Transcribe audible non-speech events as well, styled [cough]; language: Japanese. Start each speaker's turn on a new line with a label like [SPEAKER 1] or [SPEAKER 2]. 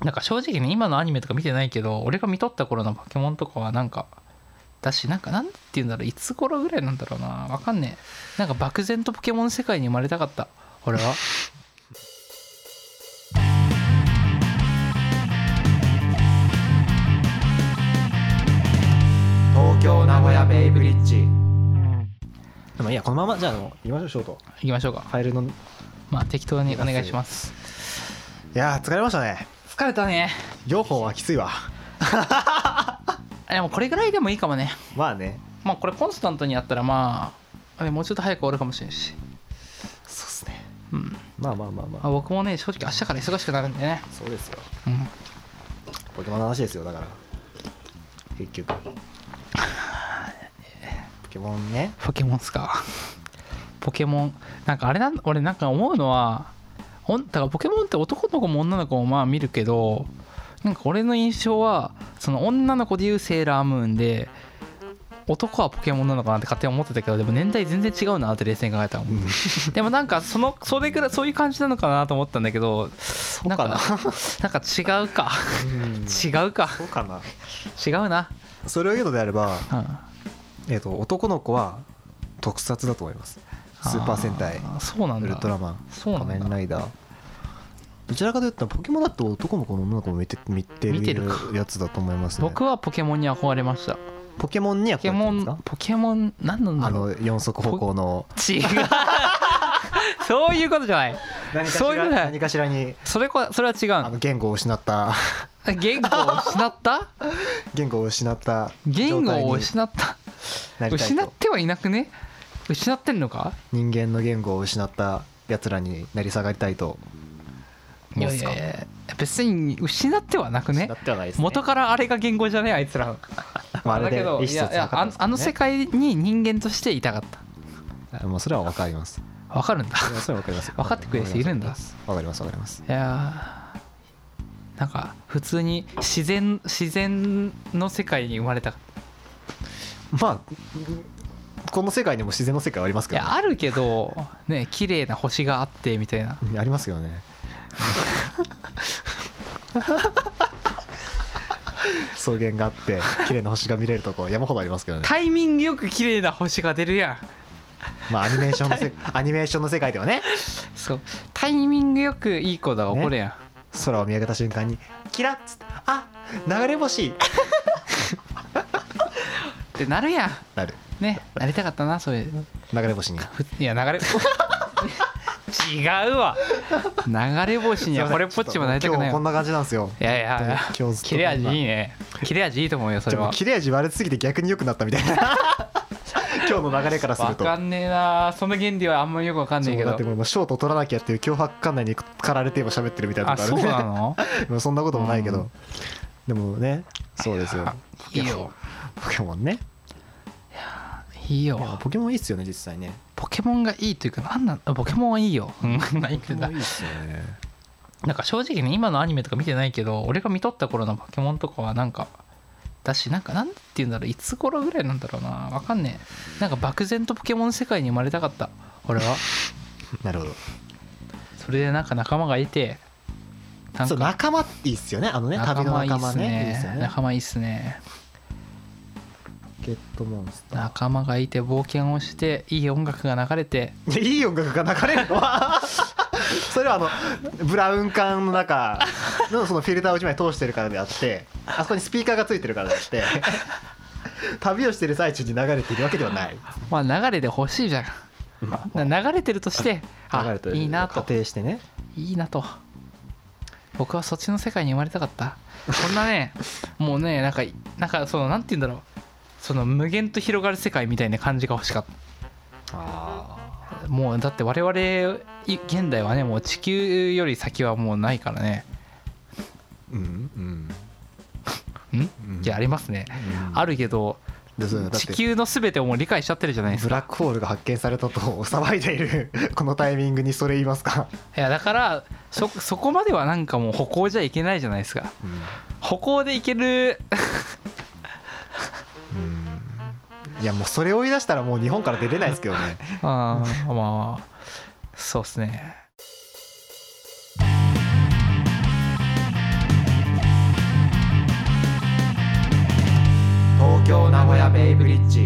[SPEAKER 1] なんか正直ね今のアニメとか見てないけど俺が見とった頃のポケモンとかはなんかだしなんかなんて言うんだろういつ頃ぐらいなんだろうなわかんねえなんか漠然とポケモン世界に生まれたかった俺は
[SPEAKER 2] 東京名古屋ベイブリッジでもいいやこのままじゃあもう行きましょうショート
[SPEAKER 1] 行きましょうか
[SPEAKER 2] ファイルのい
[SPEAKER 1] まあ適当にお願いします
[SPEAKER 2] やー疲れましたね
[SPEAKER 1] 疲れたね
[SPEAKER 2] 両方はきついわ
[SPEAKER 1] でもこれぐらいでもいいかもね
[SPEAKER 2] まあね
[SPEAKER 1] まあこれコンスタントにやったらまああれもうちょっと早く終わるかもしれんし
[SPEAKER 2] そうっすね
[SPEAKER 1] うん
[SPEAKER 2] まあまあまあま
[SPEAKER 1] ま
[SPEAKER 2] あ
[SPEAKER 1] あ僕もね正直明日から忙しくなるんでね
[SPEAKER 2] そうですよ
[SPEAKER 1] うん
[SPEAKER 2] ポケモンの話ですよだから結局ポケモンね
[SPEAKER 1] ポケモンっすかポケモンなんかあれなん俺なんか思うのはほんだからポケモンって男の子も女の子もまあ見るけどなんか俺の印象はその女の子でいうセーラームーンで男はポケモンなのかなって勝手に思ってたけどでも年代全然違うなって冷静に考えたらでもなんかそのそれぐらいそういう感じなのかなと思ったんだけどそう
[SPEAKER 2] かな
[SPEAKER 1] なんか違うか
[SPEAKER 2] うんそ
[SPEAKER 1] 違うか
[SPEAKER 2] うかな
[SPEAKER 1] 違うな、
[SPEAKER 2] それを言うのであれば、
[SPEAKER 1] うん、
[SPEAKER 2] えー、と男の子は特撮だと思いますスーパー戦隊
[SPEAKER 1] あーそうなん
[SPEAKER 2] ウ
[SPEAKER 1] だ
[SPEAKER 2] ルトラマン
[SPEAKER 1] そうな
[SPEAKER 2] 仮
[SPEAKER 1] んだ
[SPEAKER 2] 面ライダーどちらかというとポケモンだと男の子も女の子も見て見て
[SPEAKER 1] 見てる
[SPEAKER 2] る
[SPEAKER 1] か
[SPEAKER 2] やつだと思いますね
[SPEAKER 1] 僕はポケモンに憧れましたポ
[SPEAKER 2] ポケモンにはこう
[SPEAKER 1] ケ
[SPEAKER 2] やって
[SPEAKER 1] モ
[SPEAKER 2] るんです
[SPEAKER 1] ン
[SPEAKER 2] か
[SPEAKER 1] ポケモン何なんだ
[SPEAKER 2] あ
[SPEAKER 1] ろう
[SPEAKER 2] の四足歩行の
[SPEAKER 1] 違う
[SPEAKER 2] [laughs]
[SPEAKER 1] そういうことじゃない
[SPEAKER 2] 何
[SPEAKER 1] そういうのね
[SPEAKER 2] 何かしらに
[SPEAKER 1] それこそれは違う
[SPEAKER 2] あ
[SPEAKER 1] の
[SPEAKER 2] の言語を失った [laughs]
[SPEAKER 1] 言語を失った
[SPEAKER 2] 言語を失った
[SPEAKER 1] 言語を
[SPEAKER 2] っ
[SPEAKER 1] 失った
[SPEAKER 2] た
[SPEAKER 1] 失ってはいなくね失ってんのか
[SPEAKER 2] 人間の言語を失ったやつらになり下がりたいと
[SPEAKER 1] い
[SPEAKER 2] 思
[SPEAKER 1] や
[SPEAKER 2] うっ
[SPEAKER 1] い
[SPEAKER 2] すか
[SPEAKER 1] やいや別に失ってはなくね
[SPEAKER 2] 失ってはないですね
[SPEAKER 1] 元からあれが言語じゃねえあいつらの
[SPEAKER 2] まああれ
[SPEAKER 1] だ
[SPEAKER 2] で
[SPEAKER 1] けど
[SPEAKER 2] 意思
[SPEAKER 1] い
[SPEAKER 2] 疎
[SPEAKER 1] やい
[SPEAKER 2] 通
[SPEAKER 1] や
[SPEAKER 2] 図った
[SPEAKER 1] あの
[SPEAKER 2] んですね
[SPEAKER 1] あの世界に人間としていたかった
[SPEAKER 2] あもうそれはわか
[SPEAKER 1] [laughs]
[SPEAKER 2] ります
[SPEAKER 1] わかるんだ
[SPEAKER 2] いやそれはわかります
[SPEAKER 1] 分かってくれる人いるんだ
[SPEAKER 2] わかりますわかります
[SPEAKER 1] いやーなんか普通に自然自然の世界に生まれたか
[SPEAKER 2] まあこの世界にも自然の世界はあります
[SPEAKER 1] い
[SPEAKER 2] からね
[SPEAKER 1] やあるけどね綺麗な星があってみたいな
[SPEAKER 2] うんありますよね草原があって綺麗な星が見れるとこ山ほどありますけどね
[SPEAKER 1] タイミングよく綺麗な星が出るやん
[SPEAKER 2] まあアニメーションのせアニメーションの世界ではね
[SPEAKER 1] そうタイミングよくいい子が起こるやん、
[SPEAKER 2] 空を見上げた瞬間にキラッつってあ流れ星
[SPEAKER 1] ってなるやん
[SPEAKER 2] なる
[SPEAKER 1] ねなりたかったなそういう
[SPEAKER 2] 流れ星に
[SPEAKER 1] ふいや流れ違うわ流れ星にはこれっぽっちもなりたく
[SPEAKER 2] 今
[SPEAKER 1] ない
[SPEAKER 2] 日こん
[SPEAKER 1] わ
[SPEAKER 2] な感じなんですよ
[SPEAKER 1] いやいやいや
[SPEAKER 2] 今日ずっと
[SPEAKER 1] 切れ味いいね切れ味いいと思うよそ
[SPEAKER 2] で
[SPEAKER 1] れ
[SPEAKER 2] も
[SPEAKER 1] は
[SPEAKER 2] 切れ味悪すぎて逆に良くなったみた
[SPEAKER 1] [laughs]
[SPEAKER 2] いな今日の流れからする
[SPEAKER 1] わ
[SPEAKER 2] と
[SPEAKER 1] かんねえなその原理はあんまりよくわかんねえけ
[SPEAKER 2] だ
[SPEAKER 1] ど
[SPEAKER 2] ってもうショートを取らなきゃっていう脅迫観念に駆られて今喋ってるみたいな
[SPEAKER 1] あ
[SPEAKER 2] とこある
[SPEAKER 1] そうなの
[SPEAKER 2] で [laughs] もそんなこともないけど、
[SPEAKER 1] うん
[SPEAKER 2] でもねそうですよ
[SPEAKER 1] あいいよ
[SPEAKER 2] ポケモンね
[SPEAKER 1] いい
[SPEAKER 2] いや
[SPEAKER 1] よ
[SPEAKER 2] ポケモンいいっすよね実際ね
[SPEAKER 1] ポケモンがいいというかなんなんあポケモンはいいようん何言っ
[SPEAKER 2] ポケ
[SPEAKER 1] てん
[SPEAKER 2] モ
[SPEAKER 1] だ
[SPEAKER 2] ンいいっすよね
[SPEAKER 1] なんか正直ね今のアニメとか見てないけど俺が見とった頃のポケモンとかはなんかだしなんかなんて言うんだろういつ頃ぐらいなんだろうなわかんねえなんか漠然とポケモン世界に生まれたかった俺
[SPEAKER 2] [laughs]
[SPEAKER 1] は
[SPEAKER 2] なるほど
[SPEAKER 1] それでなんか仲間がいてなん
[SPEAKER 2] そう
[SPEAKER 1] か
[SPEAKER 2] 仲間っていいっすよねあのね旅の仲間ねいいっすよね
[SPEAKER 1] 仲間いいっすね
[SPEAKER 2] ゲットモンスタ
[SPEAKER 1] 仲間がいて冒険をしていい音楽が流れて
[SPEAKER 2] ー [laughs] いい音楽が流れるの [laughs] それはあのブラウン管の中のそのフィルターを一枚通してるからであってあそこにスピーカーがついてるからであって [laughs] 旅をしてる最中に流れているわけではない
[SPEAKER 1] まあ流れで欲しいじゃんな流れてるとして
[SPEAKER 2] 流
[SPEAKER 1] あ
[SPEAKER 2] れてる
[SPEAKER 1] いいなと
[SPEAKER 2] 仮定してね
[SPEAKER 1] いいなと僕はそっちの世界に生まれたかったこんなね [laughs] もうねなんかなんかそのなんて言うんだろうその無限と広がる世界みたいな感じが欲しかっ
[SPEAKER 2] あ
[SPEAKER 1] たもうだって我々い現代はねもう地球より先はもうないからね
[SPEAKER 2] うん
[SPEAKER 1] ん
[SPEAKER 2] うん
[SPEAKER 1] いやありますね
[SPEAKER 2] うん
[SPEAKER 1] あるけど
[SPEAKER 2] でそうだって
[SPEAKER 1] 地球の全てをもう理解しちゃってるじゃないです
[SPEAKER 2] ブ
[SPEAKER 1] か
[SPEAKER 2] ラックホールが発見されたと騒いでいる [laughs] このタイミングにそれ言いますか、
[SPEAKER 1] いやだからそそこまではなんかもう歩行じゃいけないじゃないですか歩行でいける
[SPEAKER 2] いやもうそれを言い出したらもう日本から出れないですけどね
[SPEAKER 1] [laughs] あーまあそうっすね
[SPEAKER 2] ホヤベイブリッジ